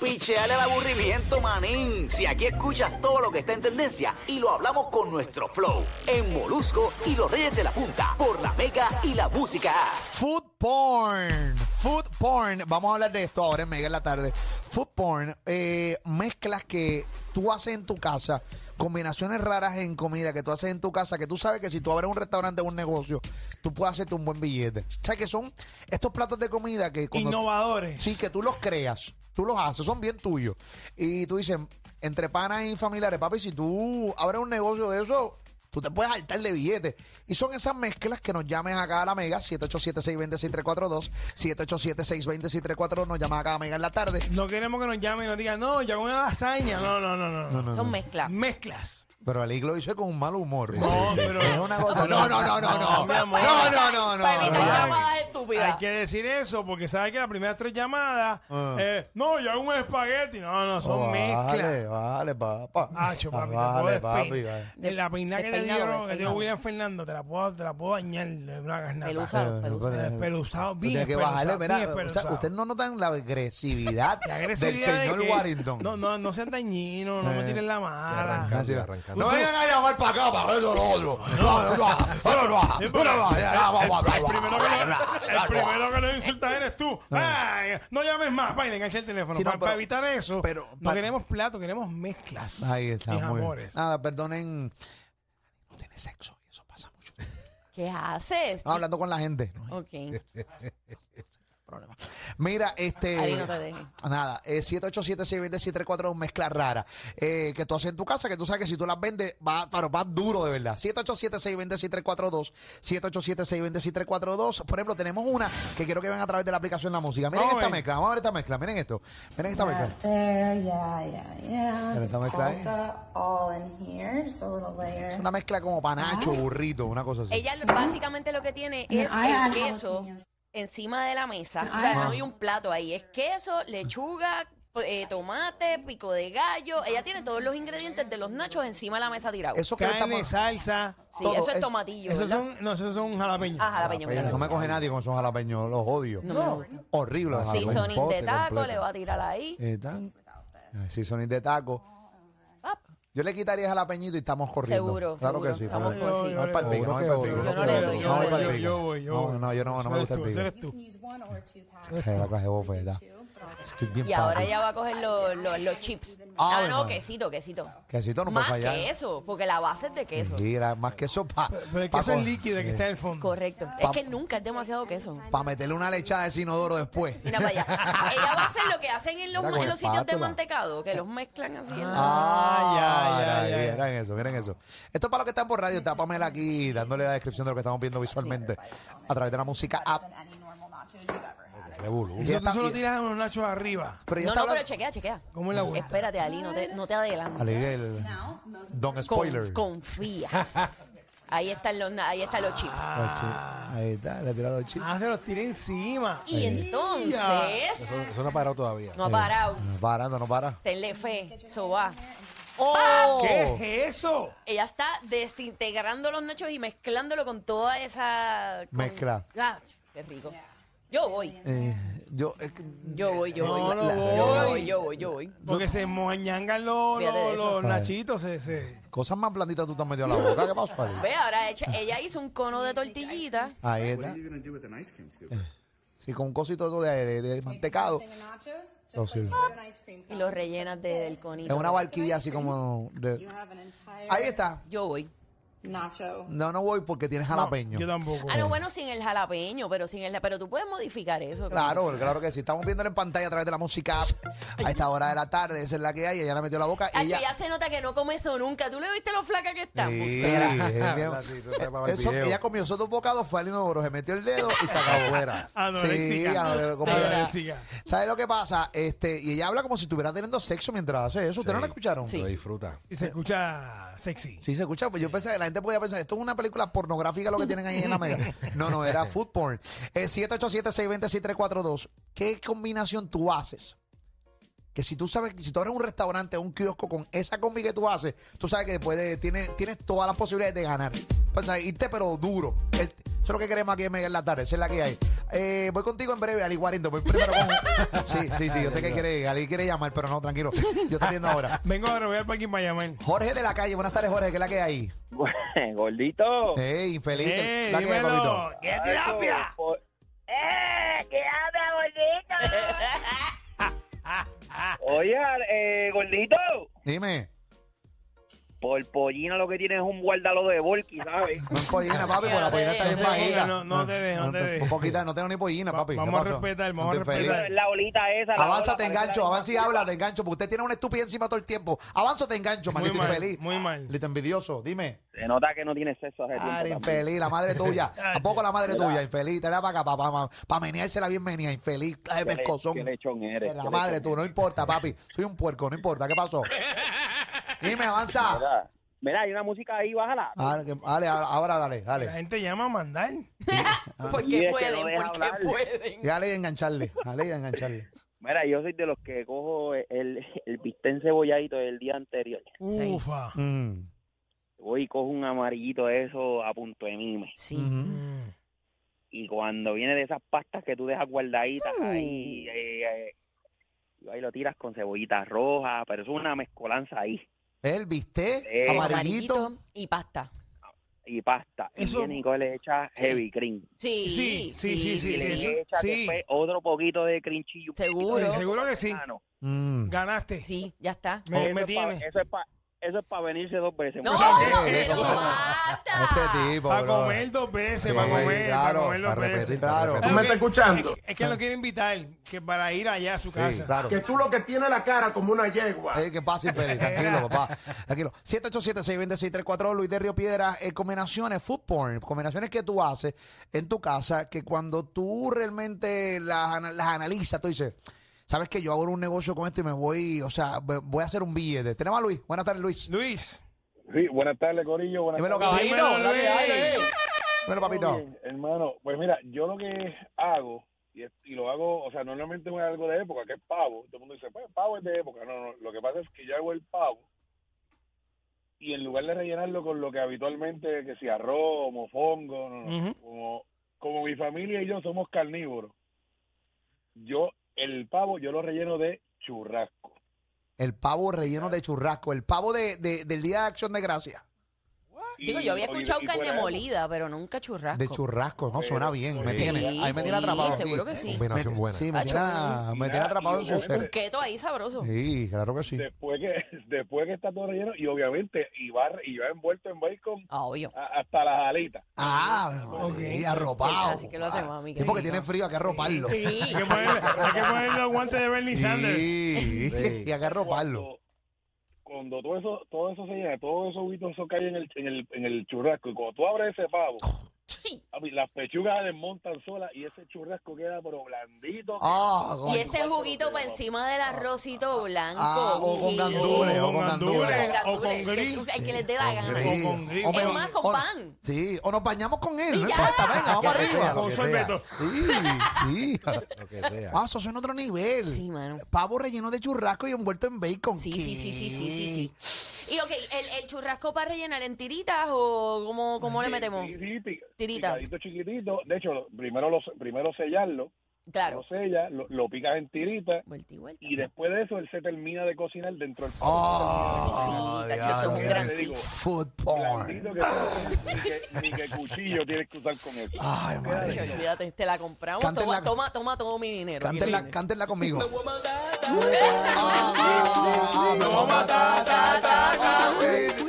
Picheale el aburrimiento, manín. Si aquí escuchas todo lo que está en tendencia y lo hablamos con nuestro flow. En Molusco y los Reyes de la Punta. Por la Mega y la Música. Food porn. Food porn. Vamos a hablar de esto ahora en Mega en la tarde. Food porn. eh, mezclas que tú haces en tu casa. Combinaciones raras en comida que tú haces en tu casa. Que tú sabes que si tú abres un restaurante o un negocio, tú puedes hacerte un buen billete. O sea, que son estos platos de comida que cuando... Innovadores. Sí, que tú los creas, tú los haces, son bien tuyos. Y tú dices, entre panas y familiares, papi, si tú abres un negocio de eso, tú te puedes saltar de billetes. Y son esas mezclas que nos llames acá a la Mega, 787-620-6342, 787-620-6342, nos llamas acá a la Mega en la tarde. No queremos que nos llamen y nos digan, no, yo hago una lasaña. No, no, no, no. no. Son mezclas. Mezclas. Pero Alí lo hizo con un mal humor. sí, sí, sí. es una cosa. No, no, no, no, no. No, No, mi amor. no, no, no. Para evitar no. llamadas Hay estúpidas. que decir eso porque sabes que las primeras tres llamadas, Ah. Oh, eh, no, yo hago un espagueti. No, no, son Vale, mezclas. vale, papá. Hacho, papi, vale, te puedo papi. papi, vale. La peinada que te Despeinado, dieron, que te dio despeinado. William Fernando, te la puedo, te la puedo dañar de una garnata. Pelusa, pelusa. Eh, Despeluzado, bien Tiene que bajarle, espeluzado, mira, bien o sea, espeluzado. ustedes no notan la agresividad, La agresividad de del señor que- Warrington. No, no, no sean dañinos, no me tiren la mala. Ah, sí. arrancando. No vengan a llamar para acá, para eso lo otro. No, no, no, no, no, no, Sí, no, porque no, el- ya, vamos, vamos, el vamos. primero que lo- El primero que lo insulta eres tú. Ay, No llames más. Vaya, engancha el teléfono. Ah. Sí, no, Pa- pero- Para evitar eso, pero- no pa- queremos plato, queremos mezclas. Ahí está, Mis muy bien. Ah, amores. Nada, perdonen. No tiene sexo y eso pasa mucho. ¿Qué haces? No, hablando con la gente. Ah, no hay Ok. problema. Mira, este. Ahí no te dejes. Nada, eh, 787-620-6342, mezcla rara. Eh, que tú haces en tu casa, que tú sabes que si tú las vendes, va, pero va duro de verdad. 787-620-6342, 787-620-6342. Por ejemplo, tenemos una que quiero que vean a través de la aplicación La Música. Miren Vamos a esta ver. mezcla, vamos a ver esta mezcla, miren esto. Miren esta mezcla. There, yeah, yeah, yeah. Pero está mezclada, ¿eh? Salsa all in here, just a little layer. Es una mezcla como panacho, burrito, una cosa así. Ah. Ella básicamente lo que tiene es Ay, ay, el no, queso Dios. encima de la mesa. O sea, no hay un plato ahí. Es queso, lechuga, eh, tomate, pico de gallo. Ella tiene todos los ingredientes de los nachos encima de la mesa tirados. Eso que le Carne, estamos. salsa. sí, todo eso es es- tomatillo. Esos ¿verdad? son, no, esos son jalapeños. Ah, jalapeño. jalapeño, No claro. me coge nadie con esos jalapeños, los odio. No. Horrible los Sí, jalapeños. sonin de pote taco, completo. le va a tirar ahí. Eh, tan- Ay, Sí, sonin de taco. Ah, Yo le quitaría jalapeñito y estamos corriendo. Seguro, Claro seguro. que sí. Estamos pero- con- sí. No hay palpico, no hay Seguro que palpico. otro. No Yo no le doy, yo no hay le doy. palpico. Yo voy, yo voy. No, no, yo no, no me Eres gusta el tú, pico. eres tú. Use one or two packets. Ay, la clase de bofeta. Estoy bien Y ahora pálido. ella va a coger los, los- los chips. Ay, ah, no, madre. quesito, quesito. Quesito no puede Más fallar. que eso, porque la base es de queso. Mira, más que eso para Pero es que eso es líquido eh, que está en el fondo. Correcto. Es que nunca es demasiado queso. meterle una lechada de sinodoro después. Mira para allá. Ella va a hacer lo que hacen en los, Mira, con en los sitios de espátula. mantecado, que los mezclan así. en la- Ah, Ah, ya, ya, ya, ya, ya. Miren eso, miren eso. Esto es para los que están por radio. Está Pamela aquí dándole la descripción de lo que estamos viendo visualmente a través de la música app. Than any normal nachos you've ever had. Qué boludo. Eso tú está- solo tiras unos nachos arriba. Pero ya No, está no, pero hablando. chequea, chequea. ¿Cómo es la vuelta? Espérate, Ali, no te, no te adelantes. Ale, el- Don Con- Spoiler. confía. Ahí están los, na- ahí están los chips. Ah, Ahí está, le ha tirado el chip. Ah, se los tira encima. Y entonces, Eso, eso no ha parado todavía. no ha parado. No para, no, no para. Tenle fe, eso va. ¡Oh! ¿Qué es eso? Ella está desintegrando los nachos y mezclándolo con toda esa... con- Mezcla. Ah, qué rico. Yo voy, Eh, yo, es que- yo voy, yo voy. No, no La- voy. Yo voy, yo voy, yo voy. Porque se moñangan los, Fíjate de los, eso. los nachitos. Se, se. cosas más blanditas tú te has metido a la boca. ¿Qué pasa, Ali? Ve, ahora echa- ella hizo un cono de tortillitas. Ahí está. Sí, con un cosito de, de, de mantecado. Nachos, just No sirve. like an ice cream y cone. los rellenas de- del Es conito. una barquilla así como. de- You have an entire Ahí está. Yo voy. nacho. No, no voy porque tienes jalapeño. Yo tampoco. Ah, no, bueno, sin el jalapeño, pero sin el pero tú puedes modificar eso. Claro, claro que sí. Estamos viéndolo en pantalla a través de la música app. a esta hora de la tarde. Esa es la que hay. Ella le metió la boca. Hacho, ella, ya se nota que no come eso nunca. ¿Tú le viste lo flaca que está? Sí, Bustera. es bien- Sí, eso fue para el eso- video. ella comió esos dos bocados, fue al inodoro, se metió el dedo y se acabó. Afuera. Sí, Anoréxica. anore- como- Anoréxica. ¿Sabes lo que pasa? Este, y ella habla como si estuviera teniendo sexo mientras hace eso. ¿Ustedes no la escucharon? Lo disfruta. Y se escucha sexy. Sí, se escucha. Pues yo pensé, la gente podía pensar, esto es una película pornográfica lo que tienen ahí en la mega. No, no, era food porn. Eh, 787-620-6342. ¿Qué combinación tú haces? Que si tú sabes, si tú abres un restaurante o un kiosco con esa combi que tú haces, tú sabes que después de- tienes, tienes todas las posibilidades de ganar. Pues ahí irte, pero duro. Es- Eso es lo que queremos aquí en Mega en la tarde. Esa es la que hay. Eh, voy contigo en breve, Ali 40. Voy primero con. Sí, sí, sí. Yo sé que quiere, Ali quiere llamar, pero no, tranquilo. Yo te atiendo ahora. Vengo ahora, voy al parking para llamar. Jorge de la calle, buenas tardes, Jorge, ¿qué es la que hay? Bueno, gordito. Ey, infeliz. ¡Eh, la que hay, dímelo! papito. ¡Qué terapia! Por- ¡Eh! ¿Qué habla, gordito? Ah. Oye, eh, gordito. Dime. Por pollina lo que tienes es un guardalo de Volky, ¿sabes? No es pollina, papi, porque la pollina está bien No, bajita. no, no te dejes, no te dejes. Un poquito, no tengo ni pollina, Va- papi. ¿Qué vamos a pasó? respetar, No vamos a te infeliz. respetar. La olita esa. la Avanza, ola, te parece engancho, la- avanza y habla, te engancho, porque usted tiene una estupidez encima todo el tiempo. Avanza, te engancho, Muy maldito mal, infeliz. muy mal. Maldito envidioso, dime. Se nota que no tienes sexo hace Ah, tiempo. también. infeliz, la madre tuya. ¿A poco la madre tuya, infeliz? Te la para acá, papá, para meneársela bien menea, infeliz, clase de Qué le- pescozón. qué lechón eres, De La qué madre lechón tú, no importa, papi. Soy un puerco, no importa. ¿Qué pasó? Dime, avanza. Mira, mira, hay una música ahí, bájala. Ahora, que- dale, ahora dale, La dale. gente llama a mandar. Y es Porque que no pueden, deja porque hablar. pueden. Dale y engancharle, dale y engancharle. Mira, yo soy de los que cojo el, el bistec cebolladito del día anterior. Ufa. Mm. Voy y cojo un amarillito de eso a punto de mime. Sí. Ujú. Mm. Y cuando viene de esas pastas que tú dejas guardaditas ahí, eh, eh, y ahí lo tiras con cebollita roja, pero eso es una mezcolanza ahí. El bistec Eh. amarillito. y pasta. Y pasta. Eso- Y viene y coge, le echa heavy cream. Sí, Sí, sí, sí, Y sí, le sí. echa Sí. después otro poquito de cream cheese. y un poquito Seguro. de Eh, Seguro que sí. plátano. Mm. Ganaste. Sí, ya está. Eso Me, es me pa- tiene. Eso es para venirse dos veces. No, muchachos. qué eso cosa. basta. Este tipo, Para bro. Eh, comer dos veces, Sí, para comer, para claro, comer dos para repetir, veces. claro. Es ¿Tú me que- estás escuchando? Es, que- es que lo quiere invitar, que para ir allá a su Sí, casa. claro. Que tú lo que tienes la cara como una yegua. Eh, que pase infeliz, tranquilo, papá. Tranquilo. 787-626-342, Luis de Río Piedra. eh, combinaciones, food porn, combinaciones que tú haces en tu casa, que cuando tú realmente las, ana- las analizas, tú dices, ¿sabes que Yo hago un negocio con esto y me voy, o sea, me- voy a hacer un billete. Tenemos a Luis. Buenas tardes, Luis. Luis, Sí, buenas tardes, Corillo. Buenas Dímelo, tardes. caballito. Dímelo, la que hay, Luis. Luis. Dímelo, Todo papito. bien, hermano, pues mira, yo lo que hago, y, es- y lo hago, o sea, normalmente es algo de época, que es pavo. Todo el mundo dice, pues pavo es de época. No, no, lo que pasa es que yo hago el pavo y en lugar de rellenarlo con lo que habitualmente, que si arroz, mofongo, no, no, Ujú. como, como mi familia y yo somos carnívoros, yo, el pavo, yo lo relleno de churrasco. El pavo relleno de churrasco. El pavo de, de- del Día de Acción de Gracia. Digo, Y- yo había y- escuchado y carne fuera de- molida, pero nunca churrasco. De churrasco. No, suena bien. Me Sí, tiene. Ahí me tiene sí, atrapado. aquí. seguro que sí. Combinación Me- buena. Sí, me tiene, me tiene atrapado en su Un- Un ser. keto ahí sabroso. Sí, claro que sí. después que después que está todo relleno y obviamente y va y va envuelto en bacon Ah, obvio. a- hasta las alitas Ah, ok, arropado. Ah, Sí, así que lo hace mami, Sí, qué porque rico. tiene frío, hay que arroparlo. Sí. hay que ponerle, hay que ponerle los guantes de Bernie Sanders. Sí, Y hay que arroparlo. cuando, cuando todo eso todo eso se llena todo eso huitos eso cae en el, en el en el churrasco y cuando tú abres ese pavo Oh. Sí. a mí las pechugas se desmontan solas y ese churrasco queda pero blandito Ah, con- Y ese juguito para encima del arrocito blanco. ah, o con Sí. gandules, o con gandules. gandules. O con gris. Que tú- El que les dé la gana. Sí, con gris. o me- Es más, con o- pan. Sí, o nos bañamos con él, Y no ya. importa, venga, vamos arriba. Lo Con que sea, sorbeto. Sí, sí. lo que sea. Ah, eso es en otro nivel. Sí, mano. Pavo relleno de churrasco y envuelto en bacon. Sí, ¿Qué? sí, sí, sí, sí, sí, sí. Y ok, ¿el, el churrasco para rellenar en tiritas o cómo, cómo le metemos? Sí, sí, pi- Tirita. picadito chiquitito de hecho lo- primero los primero sellarlo Claro. lo sellas lo, lo picas en tiritas Vuelta y vuelta. y después de eso él se termina de cocinar dentro del pavo Ah, Sí, tacho, eso es un diablo, gran qué sí. Food Blandito porn. que ni, que, ni que cuchillo tienes que usar con eso. Ay, madre. Oye, olvídate, te la compramos. Canten toma, la- toma, toma todo mi dinero. Cántenla, Quiero cántenla conmigo.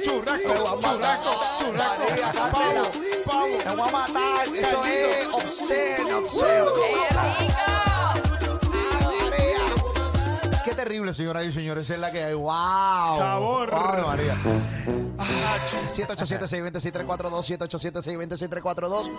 Churrasco, churrasco, churrasco. Pavo, pavo. Te voy a matar, eso es obsceno, obsceno. Qué terrible, señoras y señores, es la que hay. ¡Wow! Sabor. Ay, María! 787-620-6342, 787-620-6342.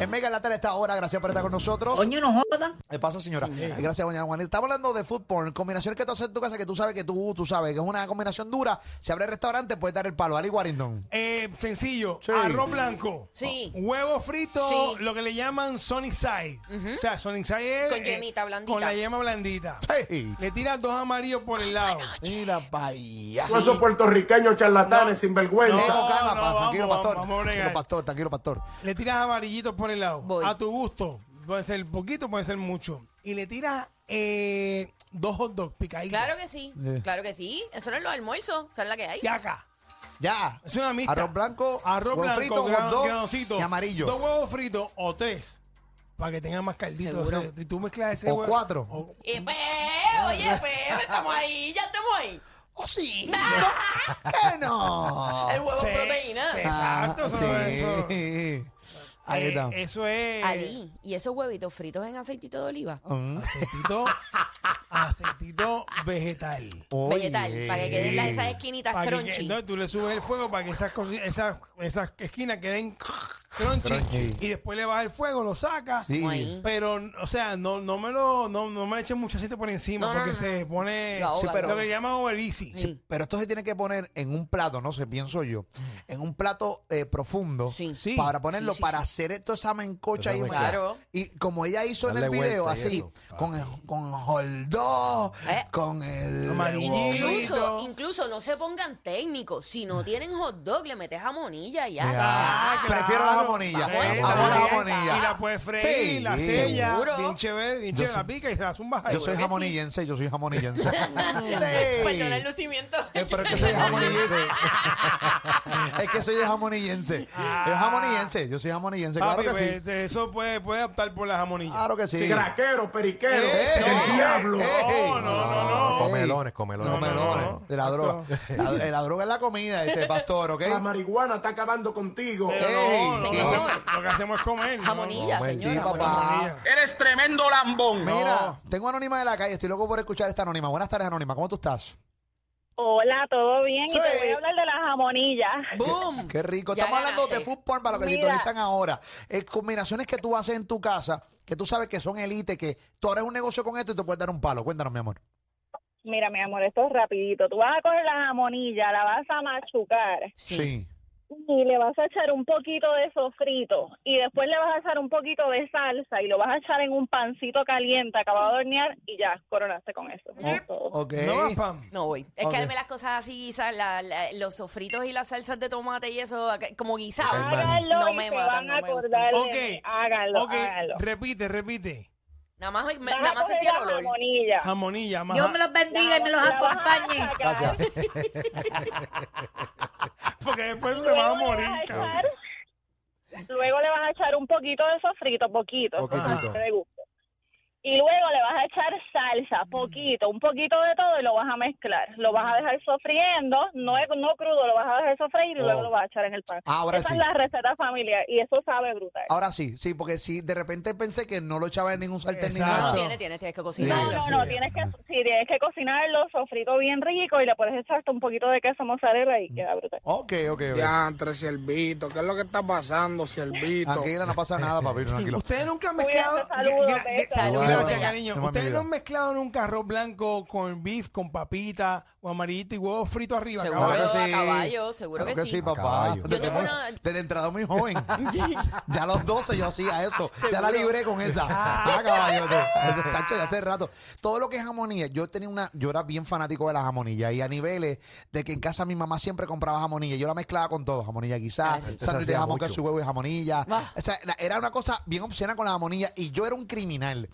En Mega Latar esta hora, gracias por estar con nosotros. Coño, no jodan. ¿Qué pasa, señora? Y Gracias, doña Juanita. Estamos hablando de food porn, combinación que tú haces en tu casa que tú sabes que tú, tú sabes que es una combinación dura. Si abre el restaurante, puedes dar el palo. Ali Warrington. Eh, sencillo, Sí. arroz blanco, Sí. huevo frito, Sí. lo que le llaman Sonic Side. O sea, Sonic Side es. eh, Con yemita blandita. Con la yema blandita. ¡Hey! Le tiras dos amarillos por el lado. Mira para allá. Todos esos puertorriqueños charlatanes, Eh, sinvergüenza. con calma, no, pa- vamos, tranquilo, vamos, pastor. vamos a bregar. tranquilo, pastor. Tranquilo, pastor. Le tiras amarillitos por el lado. Voy. A tu gusto. puede ser poquito, puede ser mucho. Y le tiras eh, dos hot dogs picaditos. Claro que sí, claro que sí. Eso no es los almuerzos, ¿sabes la que hay? Y acá. Ya. Es una mixta. Arroz blanco, Arroz huevo blanco, frito, gran- hot dog granocito, y amarillo. Dos huevos fritos o tres. Para que tenga más caldito. Seguro. O sea, y tú mezclas ese O huevo- cuatro. o- Eh, pues, oye, pues, estamos ahí, ya estamos ahí. ¡Oh, sí! Ah, ¿Qué no? El huevo Sí, proteína. sí, Ah, Exacto. eso, eso- sí. Ahí eh, está. Eso es. Ali, ¿y esos huevitos fritos en aceitito de oliva? Mm. Aceitito, aceitito vegetal. Oye. Vegetal, para que queden las, esas esquinitas Para que- crunchy. entonces tú le subes el fuego para que esas, cosi- esas, esas esquinas queden crunchy, Crunchy. Y después le bajas el fuego, lo sacas. Sí. Guay. Pero, o sea, no, no me lo, no, no me echen mucho aceite por encima No, no, porque no. se pone Lo ahoga. Sí, pero- lo que llaman over easy. Sí. Pero esto se tiene que poner en un plato, no sé, pienso yo, en un plato eh, profundo Sí. Sí. para ponerlo, Sí, sí, para sí. hacer esto esa mencocha ahí. mencocha. Claro. Y como ella hizo en Darle el video, vuelta y así, eso. con el, con hot dog, Eh. con el... Amarillito. Incluso, Huevito. incluso no se pongan técnicos. Si no tienen hot dog, le metes jamonilla y ya. Ah, Ah, prefiero claro. la jamonilla. Eh, Amo está la bien. jamonilla. Y la puedes freír, Sí. la sella, Seguro. bien chévere, bien Yo chévere, soy- la pica y se la zumbas ahí. Yo soy jamonillense, yo soy jamonillense. Perdona el lucimiento. Eh, pero es que soy jamonillense. es que soy de jamonillense. Ah. Yo jamonillense, yo soy jamonillense, Papi, claro que sí. pues, eso puede, puede optar por la jamonilla. Claro que sí. Craquero, periquero, Eh, el no. diablo. Eh, No, no, no, no. Comelones, comelones. No, no, Comelones, no, no. de la droga. La, eh, la droga es la comida, este pastor, ¿ok? La marihuana está acabando contigo. Pero no, Ey, no, lo, que señor. hacemos, lo que hacemos es comer. ¿no? Jamonilla, Comer, señora. sí, papá. Jamonilla. Eres tremendo lambón. Mira, tengo anónima de la calle, estoy loco por escuchar esta anónima. Buenas tardes, anónima, ¿cómo tú estás? Hola, ¿todo bien? Sí. Y te voy a hablar de las jamonillas. ¡Boom! Qué rico. Ya Estamos hablando de ganaste. food porn para los que Mira. sintonizan ahora. Eh, combinaciones que tú haces en tu casa, que tú sabes que son elite, que tú harás un negocio con esto y te puedes dar un palo. Cuéntanos, mi amor. Mira, mi amor, esto es rapidito. Tú vas a coger la jamonilla, la vas a machucar Sí. y le vas a echar un poquito de sofrito y después le vas a echar un poquito de salsa y lo vas a echar en un pancito caliente acabado de hornear y ya, coronaste con eso. Eso es todo. Ok. No más pan. No voy. Es Ok. que darme las cosas así, guisas, la- la- los sofritos y las salsas de tomate y eso, acá- como guisado. Ay, man. Háganlo No y me se matan, van a no me gustan. acordar de Ok. mí. Háganlo, ok, háganlo. repite, repite. Nada más, me- Vas a nada más coger sentía el la olor. jamonilla. Jamonilla, más. Dios me los bendiga y me los La vas a acompañe. sacar. Gracias. Porque después se Luego va a le morir, vas a cabrón. echar- Luego le vas a echar un poquito de sofrito, poquito, Poquitito. de gusto. Y luego le vas a echar salsa, poquito, un poquito de todo y lo vas a mezclar. Lo vas a dejar sofriendo, no, es- no crudo, lo vas a dejar sofreír y Oh. luego lo vas a echar en el pan. Ahora Esa sí. es la receta familiar y eso sabe brutal. Ahora sí, sí, porque si de repente pensé que no lo echaba en ningún sartén ni Exacto. No, nada. Ah, tiene, tiene, tienes que cocinar. No, no, no, tienes que, sí, tienes que cocinarlo, sofrito bien rico y le puedes echar hasta un poquito de queso mozzarella y queda brutal. Ok, ok, ok. Ya, entre Siervito, ¿qué es lo que está pasando, Siervito? Tranquila, no pasa nada, papi, tranquilo. Ustedes nunca han Cuídate, mezclado. saludos, Gra- gra- besos. Saludos, Gracias, bella. cariño. Te mando Ustedes mi no vida. han mezclado nunca arroz blanco con beef, con papita, o amarillito y huevo frito arriba. Seguro, cabrón. Claro que sí. a caballo, seguro Claro que sí. papá. caballo. Desde, Yo tengo muy- una- desde entrada muy joven. ya a los 12 yo hacía eso. Ya la libré con esa. Ah, caballo, tú. Eso está hecho ya hace rato. Todo lo que es jamonilla, yo tenía una, yo era bien fanático de la jamonilla y a niveles de que en casa mi mamá siempre compraba jamonilla. Yo la mezclaba con todo, jamonilla quizás, Antes sándwich de hacía jamón, mucho. queso y huevo y jamonilla. O sea, la- era una cosa bien obscena con la jamonilla y yo era un criminal.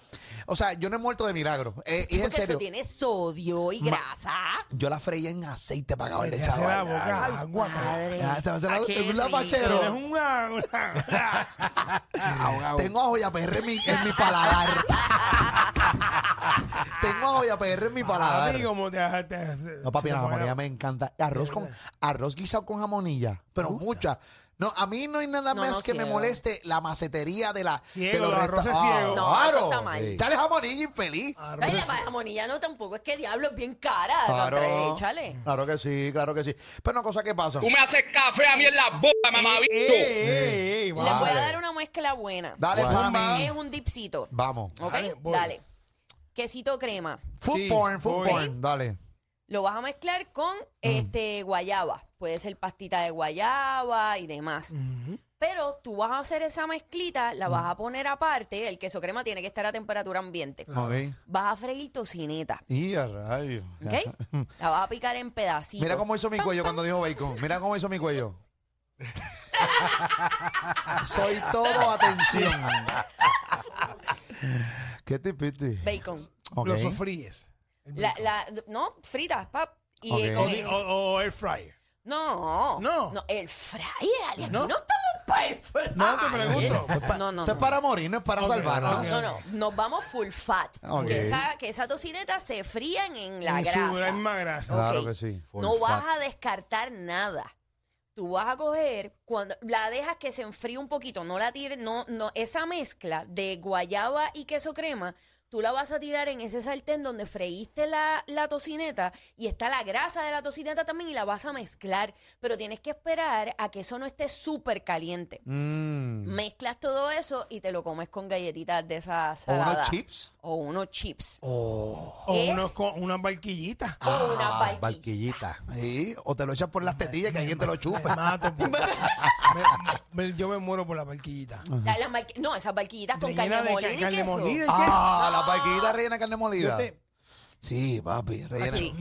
O sea, yo no he muerto de milagro. Eh, y es en Porque eso serio. tiene sodio y Ma- grasa. Yo la freía en aceite para acabar de Ya se echar. la boca agua. cabrón. Ah, se me hace la- Ah, qué un lapachero. rico. Eres una- una- Tengo a Joya PR en mi, en mi paladar. Tengo a Joya PR en mi paladar. Así como te- te- No, papi, Ah, la se te pone jamonilla me encanta. Arroz con arroz guisado con jamonilla, pero mucha. No, a mí no hay nada No, más no, que me ciego. moleste la macetería de la Ciego, de los los arroces resta- Ah, ciegos. No, eso claro. está mal. Ah, Sí. Dale jamonilla infeliz. Arroz- Ay, la jamonilla no tampoco, es que diablo es bien cara. pues. Claro. Échale. Claro que sí, claro que sí. Pero una cosa que pasa. me haces café a mí en la boca, Eh, eh, eh, Les voy vale. a dar una mezcla buena. Dale Bueno. para mí. Es un dipsito. Vamos. ¿Ok? Dale, Dale. voy. Quesito crema. Food Sí, porn, food voy. porn, dale. Lo vas a mezclar con Mm. este guayaba. Puede ser pastita de guayaba y demás. Pero tú vas a hacer esa mezclita, la Mm. vas a poner aparte. El queso crema tiene que estar a temperatura ambiente. Ok. Vas a freír tocineta. Y a rayos. ¿Ok? La vas a picar en pedacitos. Mira cómo hizo mi cuello cuando dijo bacon. Mira cómo hizo mi cuello. Soy todo atención. ¿Qué tipiti? Bacon. Ok. Lo sofríes. La, la, no, fritas, pap. Y eh, Ok. con- O, o- o air fryer. No. oh. No. No, el fryer, Ali, aquí No. no, estamos para el fryer. No, te pregunto. Es pa- No, no, Esto es no. para morir, no es para Ok, salvarnos. ok. No, no, nos vamos full fat. Ah, Ok. Que, esa, que esa tocineta se frían en la En su grasa. Oh. misma grasa. Ok. Claro que sí. Full No vas fat. a descartar nada. Tú vas a coger cuando la dejas que se enfríe un poquito, no la tires, no, no, esa mezcla de guayaba y queso crema, tú la vas a tirar en ese sartén donde freíste la, la tocineta y está la grasa de la tocineta también y la vas a mezclar, pero tienes que esperar a que eso no esté súper caliente. Mm. Mezclas todo eso y te lo comes con galletitas de esa O salada. unos chips. O unos chips. O Es- unos co- unas barquillitas. O una Ah, palquilla. barquillita. Sí, o te lo echas por las tetillas que alguien te lo chupe. Me mato por- me- me- yo me muero por la barquillita. La- la marqui- no, esas barquillitas con Rellena carne de molida ca- y carne queso. molida y Ah, la paquita rellena de carne queso. Yo molida. te- Sí, papi, rellena. Sí.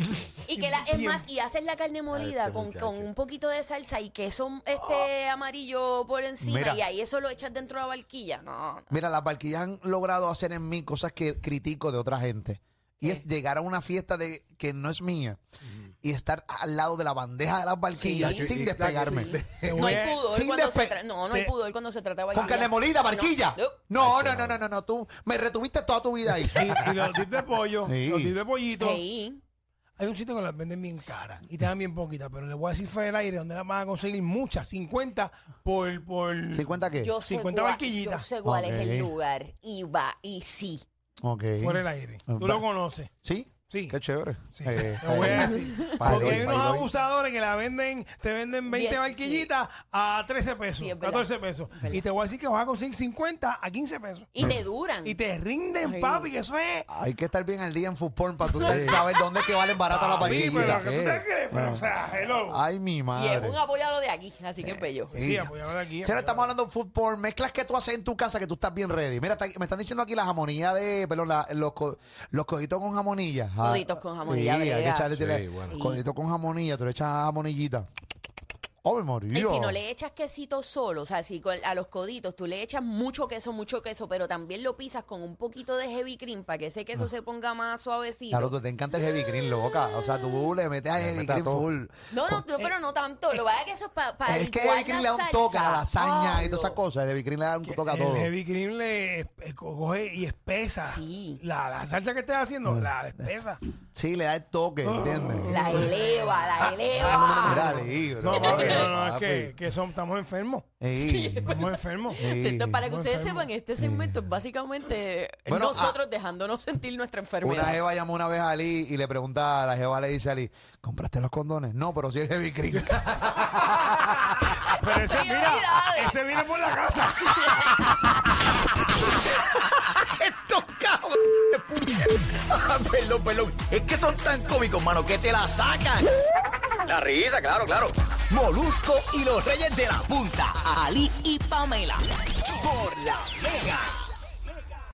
Y que la, es más, y haces la Ah, carne molida este con, muchacho. con un poquito de salsa y queso este amarillo por encima Ah. Mira. y ahí eso lo echas dentro de la barquilla. No, no. Mira, las barquillas han logrado hacer en mí cosas que critico de otra gente. Y es llegar a una fiesta de que no es mía y estar al lado de la bandeja de las barquillas Sí, sin sí, despegarme. sí. Te No voy a- hay pudor sin cuando se despe- tra- no, no hay te- pudor cuando se trata de Con barquilla. carne molida, No, barquilla. no. No, no, no, no, no, no, tú me retuviste toda tu vida ahí. Y, y los tips de pollo, Sí. los tips de pollito. Ey, Hay un sitio que las venden bien caras y te dan bien poquitas, pero le voy a decir fuera del aire donde las van a conseguir muchas, 50 por. por 50 qué? yo sé 50 cuál- barquillitas. Yo sé cuál es el Ok. lugar y va y sí. Ok. Fuera del aire. Tú Va. lo conoces. ¿Sí? Sí. Qué chévere. Sí. Eh, Te voy a decir. Pa'l Porque hoy, hay unos pa'l hoy. abusadores que la venden, te venden 20 Diez, barquillitas a 13 pesos, Sí, es verdad. 14 pesos. Es verdad. Y te voy a decir que vas a conseguir 50 a 15 pesos. Y Mm. te duran. Y te rinden, Ay. papi, que eso es. Hay que estar bien al día en food porn para tú saber dónde es que valen barata la Papi, barquilla. eh. pero que tú te crees, pero, o sea, hello. Ay, mi Y es madre. Eh, un apoyado de aquí, así que es bello. Sí, apoyador aquí. Si ahora estamos apoyador. hablando de food porn, mezclas que tú haces en tu casa que tú estás bien ready. Mira, está- me están diciendo aquí la jamonilla de. Perdón, la- los, co- los coditos con jamonilla. Ah, Coditos con jamonilla, Sí, hay que brega. echarle Sí, decirle, bueno. Codito con jamonilla, tú le echas jamonillita. Oh, me morí. Y si no le echas quesito solo, o sea, si con- a los coditos tú le echas mucho queso, mucho queso, pero también lo pisas con un poquito de heavy cream para que ese queso se ponga más suavecito. Ah. Claro, tú te encanta el heavy cream, loca. O sea, tú le metes a heavy metes a cream todo. full. no, no, tú- pero no tanto. Lo que pasa es que eso es para pa eh, es que el licuar heavy cream la le da un salsa. toque a la lasaña y Pablo. todas esas cosas. El heavy cream le da un toque a el todo. heavy cream le eh, coge y espesa. Sí. La, la salsa que estés haciendo, Mm. la espesa. Sí, le da el toque, Ah. ¿entiendes? La eleva, la Ah, Mira, eleva. libro. No, papi, no, no, es Papi. que, que son, estamos enfermos. Ey. Estamos enfermos. Sí. Entonces, para que Muy ustedes enfermo. sepan, este segmento es básicamente Bueno, ah. nosotros dejándonos sentir Una nuestra e- enfermedad. jeva llamó una vez a Ali y le pregunta a la jeva, le dice a Ali, ¿compraste los condones? No, pero sí el heavy cream. Pero ese, mira, Prioridades. ese viene por la casa. Estos cabros de puñet- Perdón, perdón. Es que son tan cómicos, mano, que te la sacan. La risa, claro, claro. Molusco y los reyes de la punta. Ali y Pamela. Por la mega.